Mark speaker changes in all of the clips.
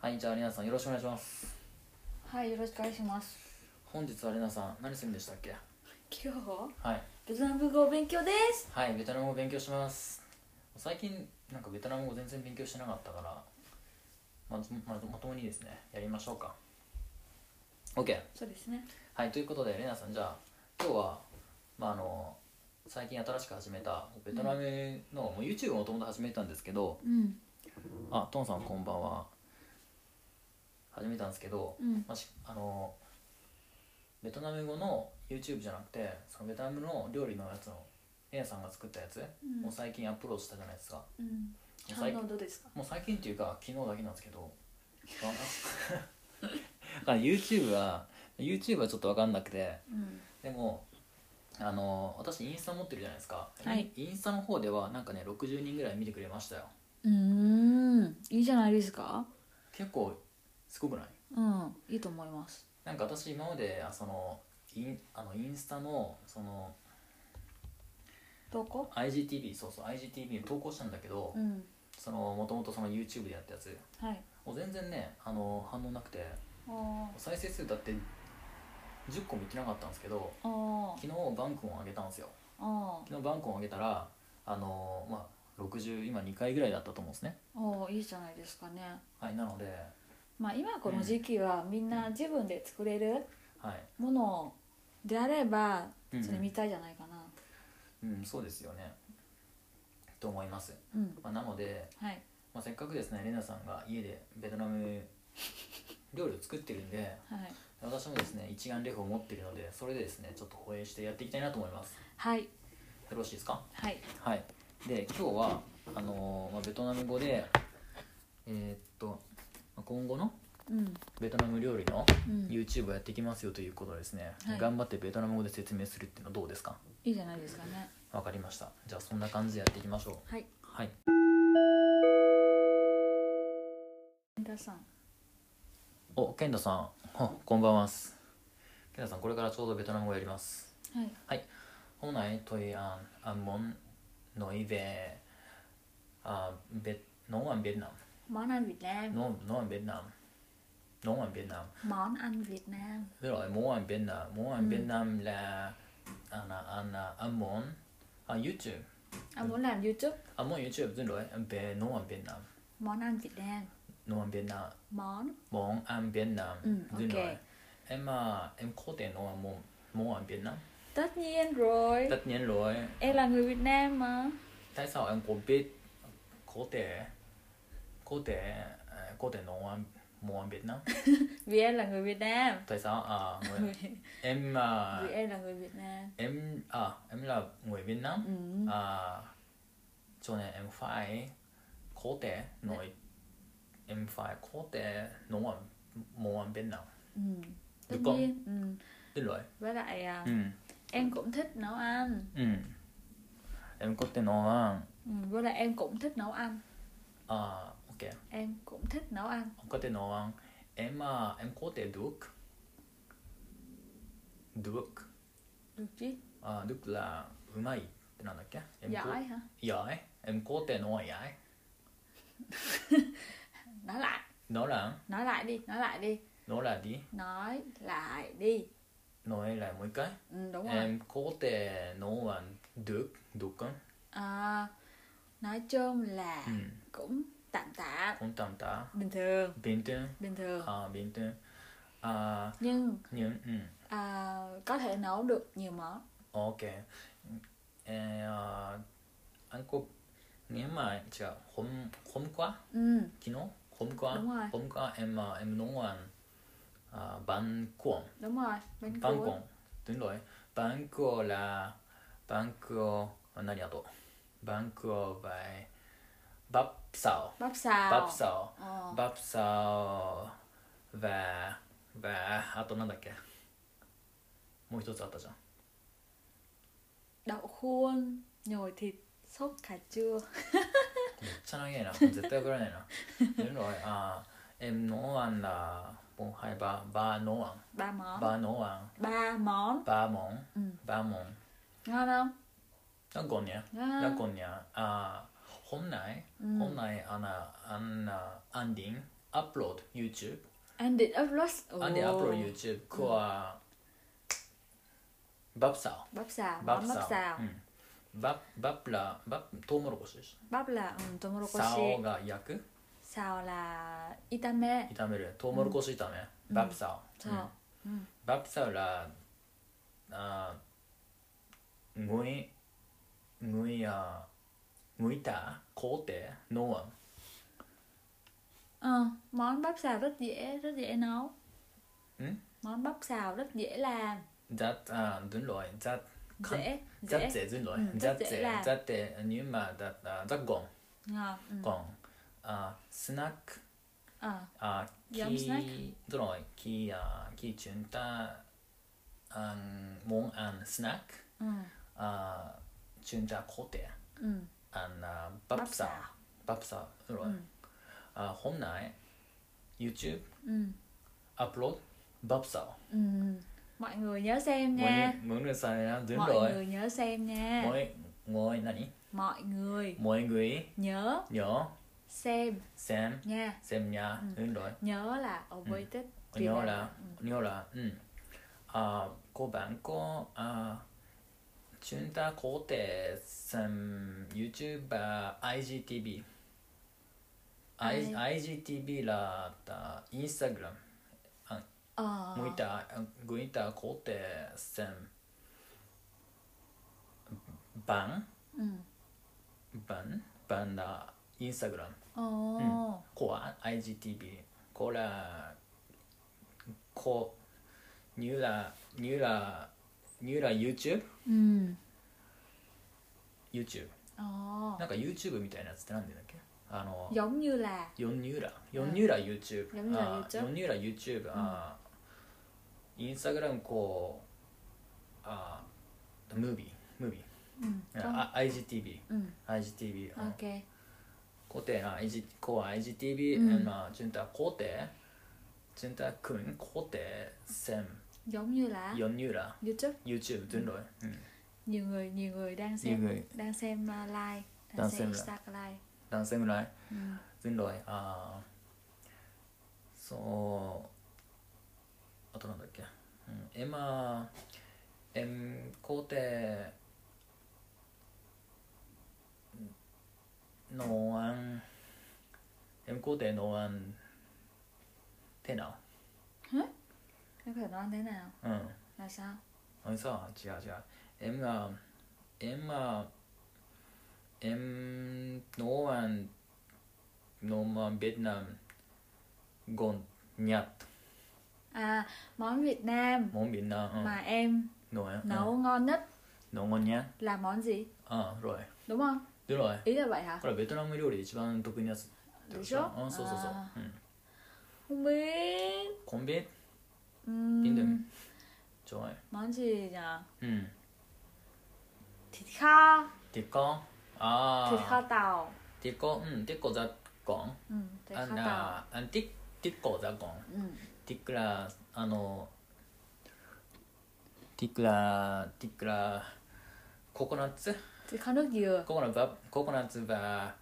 Speaker 1: はいじゃあレナさんよろしくお願いします
Speaker 2: はい、よろしくお願いします。
Speaker 1: 本日はレナさん何するんでしたっけ
Speaker 2: 今日
Speaker 1: はい
Speaker 2: ベトナム語を勉強です。
Speaker 1: はいベトナム語勉強します最近なんかベトナム語全然勉強してなかったからまずまずまともにですねやりましょうか OK
Speaker 2: そうですね。
Speaker 1: はいということでレナさんじゃあ今日はまああの最近新しく始めたベトナムの、もう YouTube をもともと始めたんですけど
Speaker 2: うん。
Speaker 1: あトンさんこんばんは始めたんですけど、
Speaker 2: うん。
Speaker 1: まあしあのベトナム語の YouTube じゃなくてそのベトナムの料理のやつのレイヤさんが作ったやつ
Speaker 2: ん
Speaker 1: もう最近アップロードしたじゃないですか、
Speaker 2: うん。
Speaker 1: もう
Speaker 2: 反
Speaker 1: 最
Speaker 2: 応どうですか。
Speaker 1: もう最近っていうか昨日だけなんです けどだから YouTube は YouTube はちょっと分かんなくて
Speaker 2: うん。
Speaker 1: でもあの私インスタ持ってるじゃないですか、
Speaker 2: はい
Speaker 1: インスタの方ではなんかね60人ぐらい見てくれましたよ
Speaker 2: うん。いいじゃないですか。
Speaker 1: 結構すごくない
Speaker 2: うん。いいと思います。
Speaker 1: なんか私今まであそのインあのインスタのその
Speaker 2: どこ？
Speaker 1: IGTV そうそう IGTV に投稿したんだけど、
Speaker 2: うん。
Speaker 1: そのもともとその YouTube でやったやつ
Speaker 2: はい。
Speaker 1: もう全然ねあの反応なくて
Speaker 2: ああ。
Speaker 1: 再生数だって10個もいってなかったんですけど
Speaker 2: ああ。
Speaker 1: 昨日バンクンを上げたんですよ
Speaker 2: あ
Speaker 1: 昨日バンクンを上げたらあのまあ60今2回ぐらいだったと思うんですね
Speaker 2: あ。おいいじゃないですかね。
Speaker 1: はいなので
Speaker 2: まあ今この時期はみんな自分で作れる
Speaker 1: はい
Speaker 2: ものであれば
Speaker 1: うん
Speaker 2: それ見たいじゃないかな。
Speaker 1: うんそうですよねと思います、
Speaker 2: うん。
Speaker 1: まあ、なので、
Speaker 2: はい。
Speaker 1: まあ、せっかくですねレナさんが家でベトナム料理を作ってるんで
Speaker 2: はい。
Speaker 1: 私もですね一眼レフを持っているのでそれでですねちょっと保衛してやっていきたいなと思います
Speaker 2: はい。
Speaker 1: よろしいですか
Speaker 2: はい。
Speaker 1: はいで今日はあのーまあ、ベトナム語でえーっとまあ今後の
Speaker 2: うん。
Speaker 1: ベトナム料理の
Speaker 2: うん。い
Speaker 1: YouTube をやっていきますよということですね、
Speaker 2: はい
Speaker 1: 頑張ってベトナム語で説明するっていうのはどうですか
Speaker 2: いじゃないですかね。
Speaker 1: わかりましたじゃあそんな感じでやっていきましょう
Speaker 2: はい。
Speaker 1: はい
Speaker 2: 田さん。
Speaker 1: お健太さん ほこんばんはっす健太さんこれからちょうどベトナム語やります
Speaker 2: はい。
Speaker 1: Hôm nay tôi à, à, muốn nói về à, Việt, nấu ăn Việt Nam,
Speaker 2: món ăn Việt Nam
Speaker 1: nấu, nấu ăn Việt Nam, nấu ăn Việt Nam.
Speaker 2: món ăn Việt Nam
Speaker 1: Với lại món ăn Việt Nam, món ăn Việt Nam là ăn ăn ăn món à, YouTube,
Speaker 2: anh muốn làm YouTube
Speaker 1: ăn món YouTube xin lỗi về nấu ăn Việt Nam,
Speaker 2: món ăn Việt Nam
Speaker 1: nấu ăn Việt Nam,
Speaker 2: món
Speaker 1: món ăn Việt Nam
Speaker 2: Ừ,
Speaker 1: xin
Speaker 2: ok.
Speaker 1: lỗi. Em à, em có thể nấu ăn món món ăn Việt Nam.
Speaker 2: tất nhiên rồi
Speaker 1: Tất nhiên rồi.
Speaker 2: em là người Việt Nam mà
Speaker 1: Tại sao em có biết có thể có thể à, có thể nấu ăn món ăn Việt Nam?
Speaker 2: vì em là người Việt Nam
Speaker 1: Tại sao à, người, em à,
Speaker 2: vì em là người Việt Nam
Speaker 1: em à, em là người Việt Nam
Speaker 2: ừ.
Speaker 1: à, cho nên em phải có thể nói em phải có thể nấu ăn món ăn Việt Nam.
Speaker 2: Ừ. tất
Speaker 1: Được không?
Speaker 2: nhiên ừ.
Speaker 1: Xin lỗi.
Speaker 2: với lại à,
Speaker 1: Ừ,
Speaker 2: em cũng thích nấu ăn
Speaker 1: ừ. Em có thể nấu ăn.
Speaker 2: ừ. với lại em cũng thích nấu ăn
Speaker 1: À, ok.
Speaker 2: em cũng thích nấu ăn
Speaker 1: Em có thể nấu ăn. Em à, em có thể được được
Speaker 2: được chứ
Speaker 1: à, được là うまいってなんだっけ em có-
Speaker 2: giỏi hả
Speaker 1: giỏi em có thể nói giỏi
Speaker 2: nói lại
Speaker 1: đó là
Speaker 2: nói lại đi nói lại đi
Speaker 1: đó là đi
Speaker 2: nói lại đi
Speaker 1: nói lại một cái
Speaker 2: ừ, đúng rồi
Speaker 1: em có thể nói là à, được được không
Speaker 2: À, nói chung là
Speaker 1: ừ.
Speaker 2: cũng tạm tạm
Speaker 1: cũng tạm tạm
Speaker 2: bình thường
Speaker 1: bình thường
Speaker 2: bình thường
Speaker 1: à bình thường à
Speaker 2: nhưng
Speaker 1: nhưng ừ.
Speaker 2: à, có thể nấu được nhiều món
Speaker 1: ok à, anh có nếu mà chờ hôm hôm qua
Speaker 2: ừ,
Speaker 1: 昨日 hôm qua
Speaker 2: Đúng rồi.
Speaker 1: hôm qua em à, em nấu ăn à, bánh cuộn
Speaker 2: đúng rồi bánh
Speaker 1: Bangkok
Speaker 2: cuốn
Speaker 1: どんどんバンクをらバンクを何やとバンクをばいバプサ
Speaker 2: bắp
Speaker 1: オ
Speaker 2: xào
Speaker 1: バプサ
Speaker 2: Ờ,
Speaker 1: オバプサオばばあとなんだっけもう一つあったじゃん
Speaker 2: đậu khuôn nhồi thịt sốt cà chua
Speaker 1: めっちゃ長いな絶対送らないなどんどんあエムノーアンだボンハイババーノー
Speaker 2: ba
Speaker 1: アン
Speaker 2: món
Speaker 1: バーノーアン
Speaker 2: ba món
Speaker 1: バーモン
Speaker 2: ừ.
Speaker 1: バーモン
Speaker 2: ngon không
Speaker 1: なんかね
Speaker 2: ngon
Speaker 1: ラ
Speaker 2: không
Speaker 1: コニャ、あー本来、
Speaker 2: うん
Speaker 1: 本来、あの、あんな、アンディン、 upload YouTube
Speaker 2: and it uploads
Speaker 1: and they upload YouTube của bắp xào
Speaker 2: bắp xào
Speaker 1: bắp
Speaker 2: món bắp
Speaker 1: xào
Speaker 2: xào
Speaker 1: ừ. bắp bắp là bắpトウモロコシです
Speaker 2: bắp là ừ, tôm rô
Speaker 1: サオ
Speaker 2: xào
Speaker 1: が焼く
Speaker 2: là ita me
Speaker 1: 炒めるトウモロコシ炒め、バプサオ、
Speaker 2: そううん
Speaker 1: バプサオらあーむいむいやむいた工程ノア
Speaker 2: Ờ, món bắp xào rất dễ rất dễ nấu
Speaker 1: Ừ.
Speaker 2: món bắp xào rất dễ làm
Speaker 1: ンザッあドゥンロイザッ Con-
Speaker 2: dễ
Speaker 1: ザッ
Speaker 2: dễ
Speaker 1: ゼドゥンロイ
Speaker 2: うん
Speaker 1: ザ
Speaker 2: ザッ
Speaker 1: ッ
Speaker 2: ゼ
Speaker 1: ゼ
Speaker 2: ラ
Speaker 1: ザッゼニューマザッザッゴ
Speaker 2: ngon ừ.
Speaker 1: ンゴンあスナック
Speaker 2: Ờ,
Speaker 1: あキ
Speaker 2: Giống snack.
Speaker 1: ードロイキーやキーチュンタあんモンアンスナック
Speaker 2: ừ.
Speaker 1: à, chuyên gia có thể
Speaker 2: Ừ.
Speaker 1: ăn à,
Speaker 2: Bắp
Speaker 1: bắp
Speaker 2: xào.
Speaker 1: xào bắp xào rồi
Speaker 2: Ừ.
Speaker 1: à, hôm nay YouTube
Speaker 2: Ừ.
Speaker 1: upload bắp xào
Speaker 2: Ừ. mọi người nhớ xem
Speaker 1: mọi
Speaker 2: nha
Speaker 1: người mọi người xài đúng
Speaker 2: mọi
Speaker 1: rồi
Speaker 2: người nhớ xem nha
Speaker 1: mọi mọi nani
Speaker 2: mọi người
Speaker 1: mọi người
Speaker 2: nhớ
Speaker 1: nhớ
Speaker 2: xem
Speaker 1: xem
Speaker 2: nha
Speaker 1: xem nha đúng rồi
Speaker 2: nhớ là ở với tết Việt
Speaker 1: Ừ. nhớ
Speaker 2: Nam.
Speaker 1: là nhớ là ừ. à, cô bạn có à, chúng ta có thể xem YouTube à, IGTV I, IGTV là à, Instagram
Speaker 2: ờ
Speaker 1: người ta à, người ta có thể xem bản
Speaker 2: ừ.
Speaker 1: bản bản là Instagram
Speaker 2: ồ
Speaker 1: của IGTV cô là cô như là như là như là YouTube
Speaker 2: ừ
Speaker 1: YouTube
Speaker 2: 哦
Speaker 1: なんか YouTube みたいなやつってなんでだっけあの
Speaker 2: Ờ. giống như là
Speaker 1: 四ニューラ四ニューラ YouTube
Speaker 2: 四ニューラ YouTube
Speaker 1: 四ニューラ YouTube あーインスタグラムこうあームービームービ
Speaker 2: ừ.
Speaker 1: ー
Speaker 2: con-
Speaker 1: あ IGTV
Speaker 2: ừ.
Speaker 1: IGTV うん
Speaker 2: ok
Speaker 1: 固定な IG こう IGTV、
Speaker 2: うん
Speaker 1: えまあ順太固定順太君固定線
Speaker 2: giống như là
Speaker 1: 四ニューラ
Speaker 2: YouTube
Speaker 1: YouTube 順路へ、うん、
Speaker 2: nhiều người nhiều người đang xem
Speaker 1: người.
Speaker 2: đang xem uh, live đang,
Speaker 1: Đang
Speaker 2: xem,
Speaker 1: xem live.
Speaker 2: Instagram live
Speaker 1: 男性ぐらい
Speaker 2: ừ.
Speaker 1: 順路へああそうあとなんだっけ、うん、エマエン固定ノーアンエム固定ノーアンテナ
Speaker 2: em có thể nói thế nào
Speaker 1: ーうん
Speaker 2: là sao
Speaker 1: あれさ違う違う M が M が M ノーアンノーマンベトナムゴンニャッ
Speaker 2: à món Việt Nam
Speaker 1: トモンビンナ
Speaker 2: mà em
Speaker 1: うんノーアン
Speaker 2: nấu ngon nhất
Speaker 1: うんノーゴンニャッ
Speaker 2: là món gì
Speaker 1: トうんロイ
Speaker 2: đúng không
Speaker 1: でロイ
Speaker 2: ý là vậy hả
Speaker 1: これはベトナム料理で一番得意なやつってこと
Speaker 2: でしょ
Speaker 1: うんそうそうそう
Speaker 2: あ
Speaker 1: うん
Speaker 2: À, không biết
Speaker 1: コンビ
Speaker 2: Ừm,
Speaker 1: Tin tưởng. ちょ
Speaker 2: món gì nhở
Speaker 1: いうん
Speaker 2: thịt kho
Speaker 1: ティッコあ
Speaker 2: thịt
Speaker 1: あ
Speaker 2: kho tàu
Speaker 1: ティッコうんティッコザコン
Speaker 2: ừ, thịt
Speaker 1: あ
Speaker 2: kho
Speaker 1: ん
Speaker 2: tàu
Speaker 1: なあんティッティッコザコン
Speaker 2: ừ.
Speaker 1: ティックラーあのティックラーティックラーココナッツ
Speaker 2: thịt kho nước dừa
Speaker 1: ココナッツバココナッツバ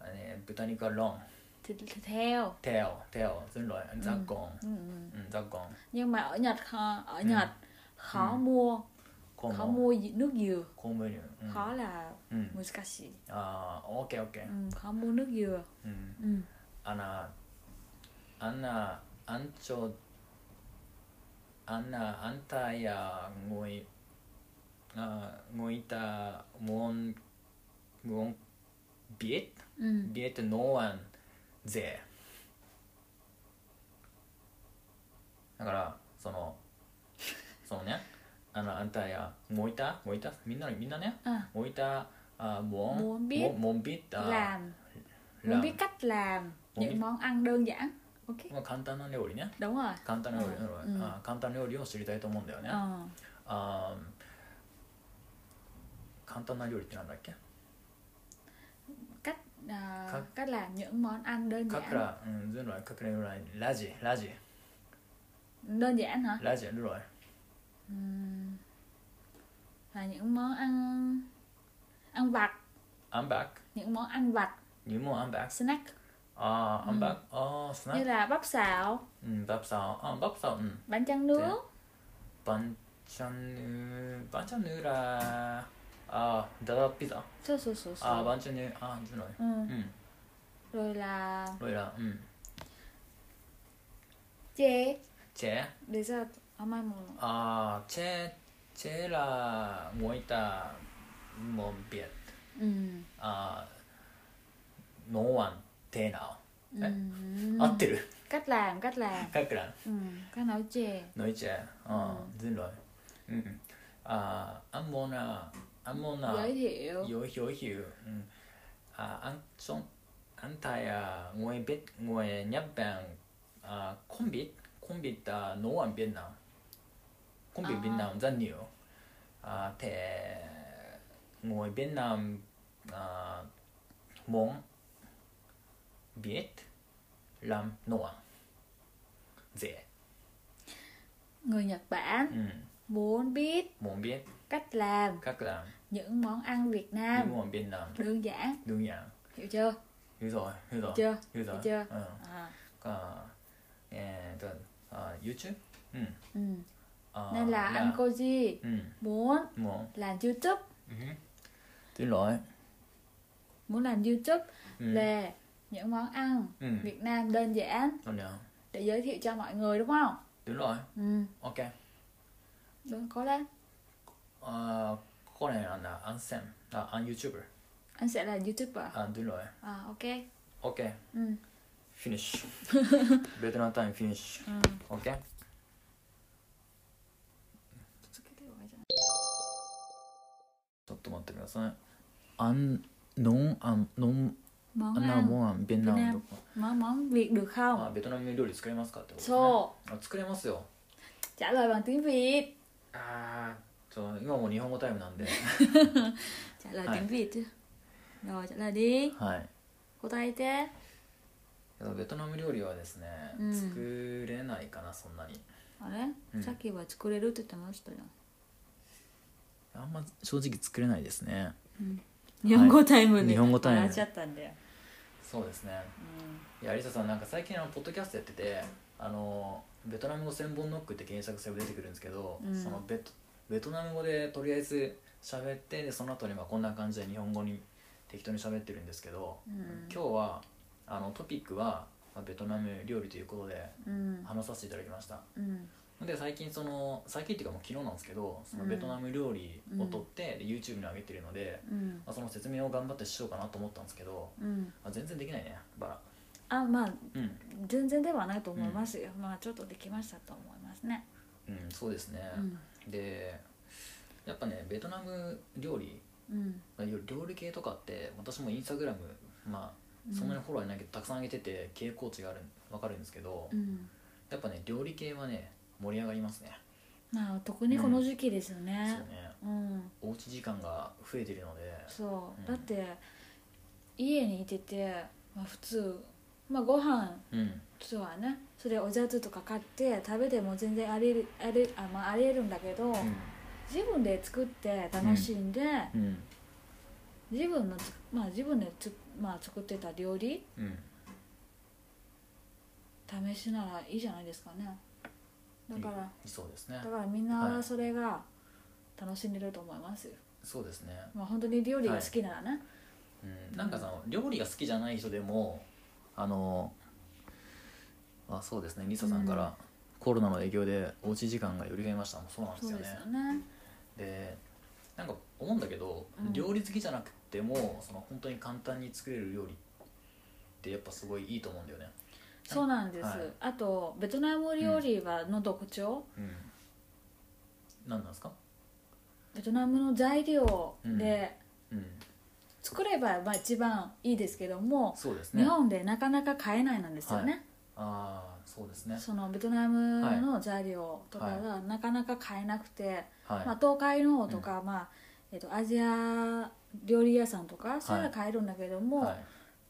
Speaker 1: あね豚肉はロン
Speaker 2: thịt, thịt heo
Speaker 1: テオテオズンロイザッコ
Speaker 2: ừ.
Speaker 1: ン、うん、ザッコン
Speaker 2: nhưng mà ở Nhật kho,
Speaker 1: Ừ.
Speaker 2: ở Nhật khó mua
Speaker 1: コ
Speaker 2: khó
Speaker 1: モ
Speaker 2: mua dị- nước dừa
Speaker 1: コムニュうん
Speaker 2: khó là
Speaker 1: うん、
Speaker 2: muskashi
Speaker 1: ああオッケーオッケー
Speaker 2: ừ, khó mua nước dừa
Speaker 1: うん、
Speaker 2: ừ.
Speaker 1: あなあんなあんちょあんなあんたやごいあごいたもんもんビエ
Speaker 2: Ừ.
Speaker 1: ビエってノーアンゼだからそのそのねあのあんたやもいたもいたみんなみんなね
Speaker 2: À,
Speaker 1: もいたあもん
Speaker 2: もんび
Speaker 1: ももんびった
Speaker 2: À. làm
Speaker 1: ラ
Speaker 2: muốn
Speaker 1: ン
Speaker 2: biết cách làm những
Speaker 1: biết.
Speaker 2: món ăn đơn giản ok
Speaker 1: まあ、簡単な料理ね
Speaker 2: đúng rồi
Speaker 1: 簡単な料理、
Speaker 2: うんうん
Speaker 1: あー簡単な料理を知りたいと思うんだよね、あ
Speaker 2: ờ.
Speaker 1: あー簡単な料理ってなんだっけ
Speaker 2: cách à,
Speaker 1: Cách-
Speaker 2: cách làm những món ăn đơn
Speaker 1: カ
Speaker 2: giản
Speaker 1: クラ、うん、ズンロイ、カクラぐらい、ラジ、ラジ、
Speaker 2: đơn giản hả
Speaker 1: ラジ、ルロイ、
Speaker 2: Ừm, là những món ăn ăn vặt
Speaker 1: アンバック、
Speaker 2: những món ăn vặt
Speaker 1: 入門アンバック、
Speaker 2: snack
Speaker 1: あ à ăn bắp ờ
Speaker 2: như
Speaker 1: snack
Speaker 2: là bắp xào
Speaker 1: ừ, bắp xào à, bắp xào ừ.
Speaker 2: bánh tráng nướng
Speaker 1: 반찬류 반찬류라 아 다다 피자
Speaker 2: sơ sơ sơ sơ
Speaker 1: 아 반찬류 아 주노
Speaker 2: À, vâng. ừ.
Speaker 1: 음
Speaker 2: rồi là
Speaker 1: 뭐라
Speaker 2: chê
Speaker 1: 음제아
Speaker 2: để ra hôm mai mùng
Speaker 1: 제, 제라 뭐있다 뭐비엣
Speaker 2: ừ.
Speaker 1: 아 노원 대나오
Speaker 2: Ừ.
Speaker 1: 아뜨르
Speaker 2: cách làm cách làm
Speaker 1: 가그란
Speaker 2: ừ. cái nấu chè
Speaker 1: 너이제 어 진로이 음아 암모나 암모나
Speaker 2: giới thiệu
Speaker 1: dỗ dỗ hiệu ừ. à, anh xong anh thầy à, người biết người Nhật Bản à, không biết không biết à, nấu ăn Việt Nam không biết
Speaker 2: À.
Speaker 1: Việt Nam rất nhiều à, thì người Việt Nam à, muốn biết làm nấu ăn dễ
Speaker 2: người Nhật Bản
Speaker 1: ừ.
Speaker 2: muốn biết
Speaker 1: muốn biết
Speaker 2: cách làm
Speaker 1: cách làm
Speaker 2: những món ăn Việt Nam
Speaker 1: những món Việt Nam
Speaker 2: đơn giản
Speaker 1: đơn giản
Speaker 2: hiểu chưa
Speaker 1: hiểu rồi hiểu rồi
Speaker 2: chưa?
Speaker 1: hiểu rồi
Speaker 2: Hiểu chưa?
Speaker 1: ừ.
Speaker 2: à.
Speaker 1: 그, 예, 그, 어, 유튜브? 응.
Speaker 2: ừ.
Speaker 1: 어,
Speaker 2: nên là anh Koji
Speaker 1: 응,
Speaker 2: muốn
Speaker 1: 뭐.
Speaker 2: làm YouTube
Speaker 1: Tiếng lỗi.
Speaker 2: muốn làm YouTube
Speaker 1: 응,
Speaker 2: là những món ăn
Speaker 1: 응.
Speaker 2: Việt Nam đơn giản
Speaker 1: 아니야.
Speaker 2: để giới thiệu cho mọi người đúng không
Speaker 1: Tiếng lỗi.
Speaker 2: ừ.
Speaker 1: 오케이.
Speaker 2: đúng có đấy
Speaker 1: 어, 그거는 나, 안 쌤. 나, 안 유튜버.
Speaker 2: anh sẽ là YouTuber
Speaker 1: 안 tiếng lỗi.
Speaker 2: à, ok
Speaker 1: 오케이.
Speaker 2: ừ.
Speaker 1: 피니쉬. 베트남 타임 피니쉬.
Speaker 2: ừ.
Speaker 1: 오케이. 저또 맞다 그래서 안 농, 안, 농,
Speaker 2: món
Speaker 1: 안
Speaker 2: ăn
Speaker 1: 나무, 안 베트남.
Speaker 2: món món Việt được không
Speaker 1: 아, 베트남 요리 作れますかってことね。
Speaker 2: so
Speaker 1: あ、作れますよ。
Speaker 2: trả lời bằng tiếng Việt
Speaker 1: あーちょ今もう日本語タイムなん で
Speaker 2: trả lời
Speaker 1: Hay.
Speaker 2: tiếng Việt chứ rồi trả lời đi
Speaker 1: はい
Speaker 2: 答えて
Speaker 1: けどベトナム料理はですね、
Speaker 2: うん
Speaker 1: 作れないかなそんなに
Speaker 2: あれ、
Speaker 1: うん
Speaker 2: さっきは作れるって言ってましたよ
Speaker 1: あんま正直作れないですね
Speaker 2: 日本語タイム
Speaker 1: 日
Speaker 2: に
Speaker 1: 本語タイム
Speaker 2: 笑っちゃったんだよ、
Speaker 1: そうですね
Speaker 2: う
Speaker 1: いや有沙さんなんか最近あのポッドキャストやっててあのベトナム語千本ノックって検索すれば出てくるんですけど、
Speaker 2: うん
Speaker 1: そのベトベトナム語でとりあえず喋ってでその後にまあこんな感じで日本語に適当に喋ってるんですけど、
Speaker 2: うん
Speaker 1: 今日はあのトピックは、まあ、ベトナム料理ということで
Speaker 2: んうん
Speaker 1: 話させていただきました、
Speaker 2: うん
Speaker 1: で最近その最近っていうかもう昨日なんですけどその
Speaker 2: うん
Speaker 1: ベトナム料理を撮って、で YouTube に上げてるので、
Speaker 2: うん
Speaker 1: まあ、その説明を頑張ってしようかなと思ったんですけど、
Speaker 2: うん
Speaker 1: まあ、全然できないねバラ
Speaker 2: あまあ
Speaker 1: うん、
Speaker 2: 全然ではないと思いますよ、まあちょっとできましたと思いますね、
Speaker 1: うん、そうですね、
Speaker 2: うん
Speaker 1: でやっぱねベトナム料理
Speaker 2: うん
Speaker 1: まあ料料理系とかって私もインスタグラムまあそんなにフォローはいないけど、たくさん上げてて傾向値があるわかるんですけど、
Speaker 2: うん
Speaker 1: やっぱね料理系はね盛り上がりますね
Speaker 2: まあ特にこの時期ですよ
Speaker 1: そう
Speaker 2: ね
Speaker 1: ね
Speaker 2: うん
Speaker 1: おうち時間が増えてるので
Speaker 2: そう、
Speaker 1: うん
Speaker 2: だって家にいてて、まあ、普通まあご飯
Speaker 1: うん
Speaker 2: そうはねそれおじゃずとか買って食べても全然ありえるありあ,、まあ、ありえるんだけど、自分で作って楽しんで、
Speaker 1: うんうん
Speaker 2: 自分のつまあ自分でつ、まあ、作ってた料理
Speaker 1: うん
Speaker 2: 試しならいいじゃないですかねだから、
Speaker 1: そうですね
Speaker 2: だからみんなそれが楽しんでると思いますよ、
Speaker 1: そうですね、
Speaker 2: まあ本当に料理が好きならね、
Speaker 1: うん、なんかその料理が好きじゃない人でもあのあそうですねリサさんから、
Speaker 2: うん
Speaker 1: コロナの影響でおうち時間がより増えましたもうそうなんで
Speaker 2: そ
Speaker 1: す
Speaker 2: う
Speaker 1: よ
Speaker 2: で
Speaker 1: ね
Speaker 2: すよね
Speaker 1: でなんか思うんだけど、
Speaker 2: うん
Speaker 1: 料理好きじゃなくてもその本当に簡単に作れる料理ってやっぱすごいいいと思うんだよね
Speaker 2: そうなんです、
Speaker 1: はい
Speaker 2: あとベトナム料理はの特徴、
Speaker 1: うん何なんですか
Speaker 2: ベトナムの材料で
Speaker 1: うん
Speaker 2: 作ればまあ一番いいですけども、
Speaker 1: そうです
Speaker 2: 日
Speaker 1: ね
Speaker 2: 本でなかなか買えないなんですよね、
Speaker 1: ああそうですね
Speaker 2: そのベトナムの材料とかがなかなか買えなくて、
Speaker 1: はい、
Speaker 2: まあ、東海の方とか、まあえっとアジア料理屋さんとかそういうのは買えるんだけども、
Speaker 1: はい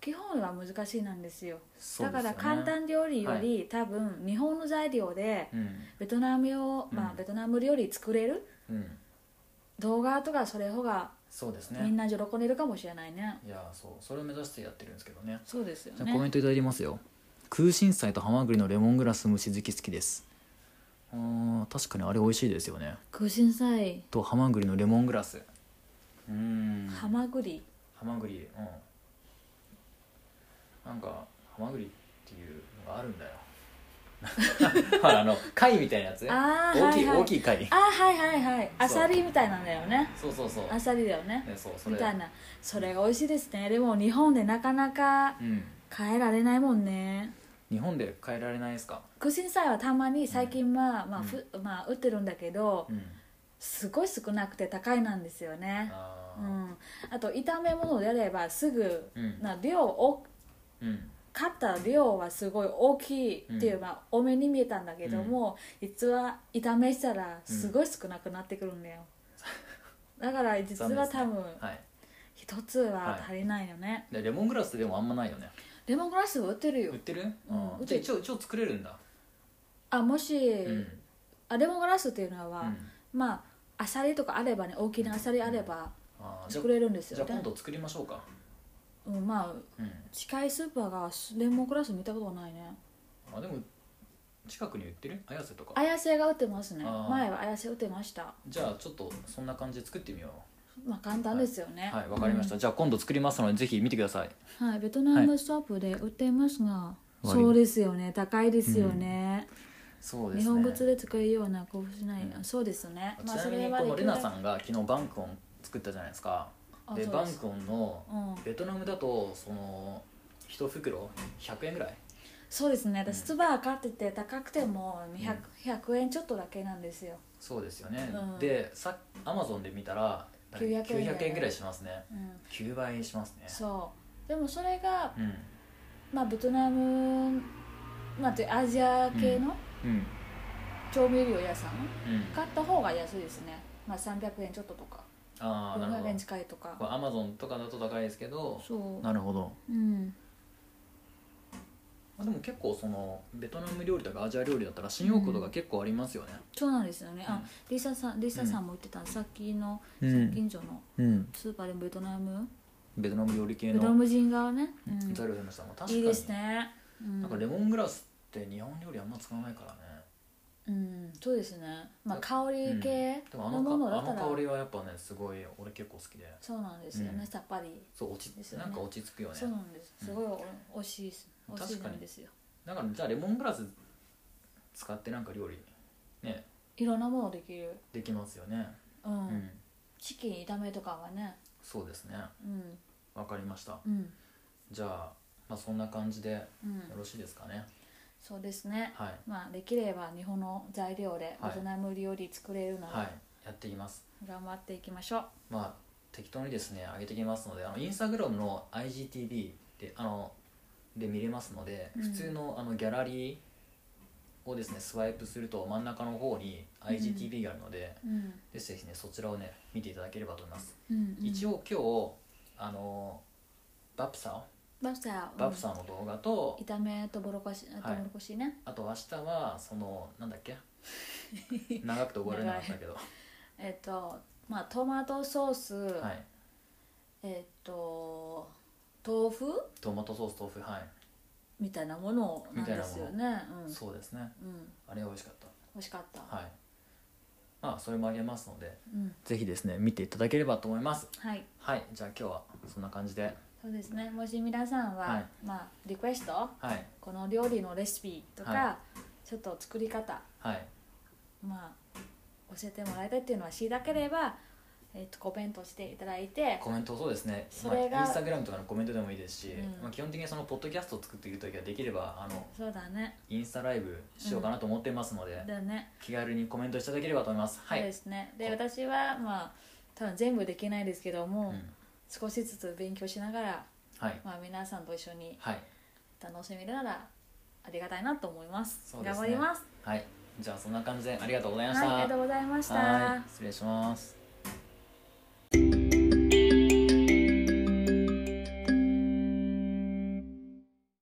Speaker 2: 基本は難しいなんですよ
Speaker 1: そう
Speaker 2: だ
Speaker 1: ですよ
Speaker 2: か
Speaker 1: ね
Speaker 2: ら簡単料理より、多分日本の材料で
Speaker 1: うん
Speaker 2: ベトナムを、ま
Speaker 1: う
Speaker 2: あ、
Speaker 1: ん
Speaker 2: ベトナム料理作れる
Speaker 1: うん
Speaker 2: 動画とかそれ方が
Speaker 1: そうです
Speaker 2: みん
Speaker 1: ね
Speaker 2: な喜んでるかもしれないね
Speaker 1: いやそうそれを目指してやってるんですけどね
Speaker 2: そうですよ
Speaker 1: じゃあコメ
Speaker 2: ね
Speaker 1: ントいただきますよ空心菜とハマグリのレモングラス蒸し好き好きですあー確かにあれ美味しいですよね
Speaker 2: 空心菜
Speaker 1: とハマグリのレモングラスうーん
Speaker 2: ハマグリ
Speaker 1: ハマグリうんなんかハマグリっていうのがあるんだよ ほらあの貝みたいなやつ
Speaker 2: あー
Speaker 1: 大きい、
Speaker 2: はいはい
Speaker 1: 大きい貝
Speaker 2: あはいはいはい
Speaker 1: そう
Speaker 2: アサリみたいなんだよね
Speaker 1: そうそうそう
Speaker 2: アサリだよね
Speaker 1: ねそうそれ
Speaker 2: みたいなそれが美味しいですねでも日本でなかなか
Speaker 1: うん
Speaker 2: 買えられないもんね
Speaker 1: 日本で買えられないですか
Speaker 2: 空心菜はたまに最近は、まあふまあ、売ってるんだけど、
Speaker 1: うん
Speaker 2: すごい少なくて高いなんですよね
Speaker 1: あ
Speaker 2: う
Speaker 1: ー
Speaker 2: ん、あと炒め物であればすぐ、
Speaker 1: うん
Speaker 2: な量を
Speaker 1: うん
Speaker 2: 買った量はすごい大きいっていう、
Speaker 1: うん
Speaker 2: まあ多めに見えたんだけども、実は炒めしたらすごい少なくなってくるんだよ、だから実は多分
Speaker 1: はい
Speaker 2: 一つは足りないよね、
Speaker 1: でレモングラスでもあんまないよね
Speaker 2: レモングラス売ってるよ
Speaker 1: 売ってる、
Speaker 2: うん
Speaker 1: うん、じゃあ一応一応作れるんだ、
Speaker 2: あもし、
Speaker 1: うん
Speaker 2: あレモングラスっていうのは、
Speaker 1: うん
Speaker 2: まあアサリとかあればね大きなアサリあれば
Speaker 1: あーじゃあ
Speaker 2: 作れるんです
Speaker 1: じゃ
Speaker 2: よ
Speaker 1: あ
Speaker 2: ね
Speaker 1: 今度作りましょうか、
Speaker 2: うん、まあ
Speaker 1: うん、
Speaker 2: 近いスーパーがレモングラス見たことないね
Speaker 1: あでも近くに売ってる綾瀬とか
Speaker 2: 綾瀬が売ってますね
Speaker 1: あー
Speaker 2: 前は綾瀬売ってました
Speaker 1: じゃあちょっとそんな感じで作ってみよ
Speaker 2: まあ簡単ですよね
Speaker 1: うはいわかりました、、じゃあ今度作りますのでぜひ見てください
Speaker 2: うんはいベトナムストアップで売ってますが、
Speaker 1: り
Speaker 2: そうですよね高いですよね,、
Speaker 1: そう
Speaker 2: 日本語で使えるようなこうしない、
Speaker 1: うん
Speaker 2: そうですね
Speaker 1: ちなみにこのレナさんが昨日バンクオン作ったじゃないですか
Speaker 2: あ
Speaker 1: で
Speaker 2: そう
Speaker 1: バ
Speaker 2: で
Speaker 1: ン
Speaker 2: す
Speaker 1: クオンの
Speaker 2: うん
Speaker 1: ベトナムだとその一袋100円ぐらい
Speaker 2: そうですね私ツバー買ってて高くても 100,、100円ちょっとだけなんですよ
Speaker 1: そうですよね、
Speaker 2: うん
Speaker 1: でさアマゾンで見たら
Speaker 2: 900円
Speaker 1: 円ぐらいしますね
Speaker 2: うん
Speaker 1: 9倍しますね
Speaker 2: そうでもそれが、
Speaker 1: うん
Speaker 2: まあ、ベトナム、まあ、でアジア系の
Speaker 1: うん
Speaker 2: 調味料屋さん、
Speaker 1: うん
Speaker 2: 買った方が安いですね、まあ、300円ちょっととか
Speaker 1: ああなるほ
Speaker 2: 500
Speaker 1: ど
Speaker 2: 円近いと
Speaker 1: これ
Speaker 2: か
Speaker 1: アマゾンとかだと高いですけど
Speaker 2: そ
Speaker 1: なるほど
Speaker 2: ううん
Speaker 1: まあでも結構そのベトナム料理とかアジア料理だったら新大久保が結構ありますよね
Speaker 2: そうなんですよね、
Speaker 1: う
Speaker 2: あ
Speaker 1: ん
Speaker 2: リサさんリサさんも言ってた、さっきの
Speaker 1: う
Speaker 2: 近所の
Speaker 1: うん
Speaker 2: スーパーでもベトナム
Speaker 1: ベトナム料理系
Speaker 2: ベトナ
Speaker 1: の
Speaker 2: ム人側ね、う
Speaker 1: うん
Speaker 2: ん
Speaker 1: ザルフェムさんも確かに
Speaker 2: いいですね、うん、
Speaker 1: なんかレモングラスって日本料理あんま使わないからね
Speaker 2: うんそうですねまあ香り系
Speaker 1: でもあ
Speaker 2: の
Speaker 1: のか
Speaker 2: ものだった
Speaker 1: あ
Speaker 2: ら、
Speaker 1: の香りはやっぱねすごい俺結構好きで
Speaker 2: そうなんですよね、
Speaker 1: うん
Speaker 2: さっぱり
Speaker 1: そう落
Speaker 2: です
Speaker 1: ち
Speaker 2: よね
Speaker 1: なんか落ち着くよね
Speaker 2: そうなんです
Speaker 1: うん
Speaker 2: すごいお美味しいです美
Speaker 1: 確
Speaker 2: 味しい
Speaker 1: かに
Speaker 2: なんですよ
Speaker 1: だからじゃあレモングラス使ってなんか料理ね
Speaker 2: いろんなものできる
Speaker 1: できますよね
Speaker 2: うん、
Speaker 1: うん
Speaker 2: チキン炒めとかはね
Speaker 1: そうですね
Speaker 2: うん
Speaker 1: わかりました
Speaker 2: うん
Speaker 1: じゃあまあそんな感じでよ
Speaker 2: うん
Speaker 1: ろしいですかね
Speaker 2: そうですね
Speaker 1: はい
Speaker 2: まあできれば日本の材料で
Speaker 1: は
Speaker 2: ベ
Speaker 1: い
Speaker 2: トナム料理作れるの
Speaker 1: は
Speaker 2: で
Speaker 1: いやっていきます
Speaker 2: 頑張っていきましょう
Speaker 1: まあ適当にですね上げていきますのであのインスタグラムの IGTV であので見れますので、
Speaker 2: うん
Speaker 1: 普通のあのギャラリーをですねスワイプすると真ん中の方に IGTV があるので、
Speaker 2: うん
Speaker 1: でぜひねそちらをね見ていただければと思います、
Speaker 2: うんうん
Speaker 1: 一応今日あのバプさん
Speaker 2: バプサ
Speaker 1: バプさんの動画と、
Speaker 2: うん炒めとぼろこしあと
Speaker 1: はい
Speaker 2: ぼろこしね、
Speaker 1: あと明日はそのなんだっけ 長くて覚えられなかったけど
Speaker 2: えっ、とまあトマトソース、
Speaker 1: はい
Speaker 2: えっ、と豆腐
Speaker 1: トマトソース豆腐はい、
Speaker 2: みたいなものなんですよねうん
Speaker 1: そうですね
Speaker 2: うん
Speaker 1: あれは美味しかった
Speaker 2: 美味しかった、
Speaker 1: はい。まあそれもあげますので、
Speaker 2: うん
Speaker 1: ぜひですね見ていただければと思います。
Speaker 2: はい
Speaker 1: はい、じゃあ今日はそんな感じで、
Speaker 2: そうですねもし皆さんは、
Speaker 1: はい
Speaker 2: まあ、リクエスト
Speaker 1: はい
Speaker 2: この料理のレシピとか、
Speaker 1: は
Speaker 2: ちょっと作り方、
Speaker 1: はい
Speaker 2: まあ、教えてもらいたいっていうのは知りたければ、えっとコメントしていただいて
Speaker 1: コメントそうですね。
Speaker 2: それが
Speaker 1: まあインスタグラムとかのコメントでもいいですし、
Speaker 2: うん
Speaker 1: まあ基本的にそのポッドキャストを作っている時はできればあの
Speaker 2: そうだね
Speaker 1: インスタライブしようかなと思ってますので、
Speaker 2: だね、
Speaker 1: 気軽にコメントいただければと思います。は
Speaker 2: そう
Speaker 1: い
Speaker 2: で。すねで
Speaker 1: はい
Speaker 2: 私はまあ多分全部できないですけども、
Speaker 1: うん
Speaker 2: 少しずつ勉強しながら、
Speaker 1: はい
Speaker 2: まあ、皆さんと一緒に
Speaker 1: はい
Speaker 2: 楽しめならありがたいなと思います
Speaker 1: そうです
Speaker 2: 頑
Speaker 1: ね
Speaker 2: 張ります
Speaker 1: はい。じゃあそんな感じでありがとうございまし
Speaker 2: はい
Speaker 1: た。
Speaker 2: ありがとうございました
Speaker 1: はい失礼します。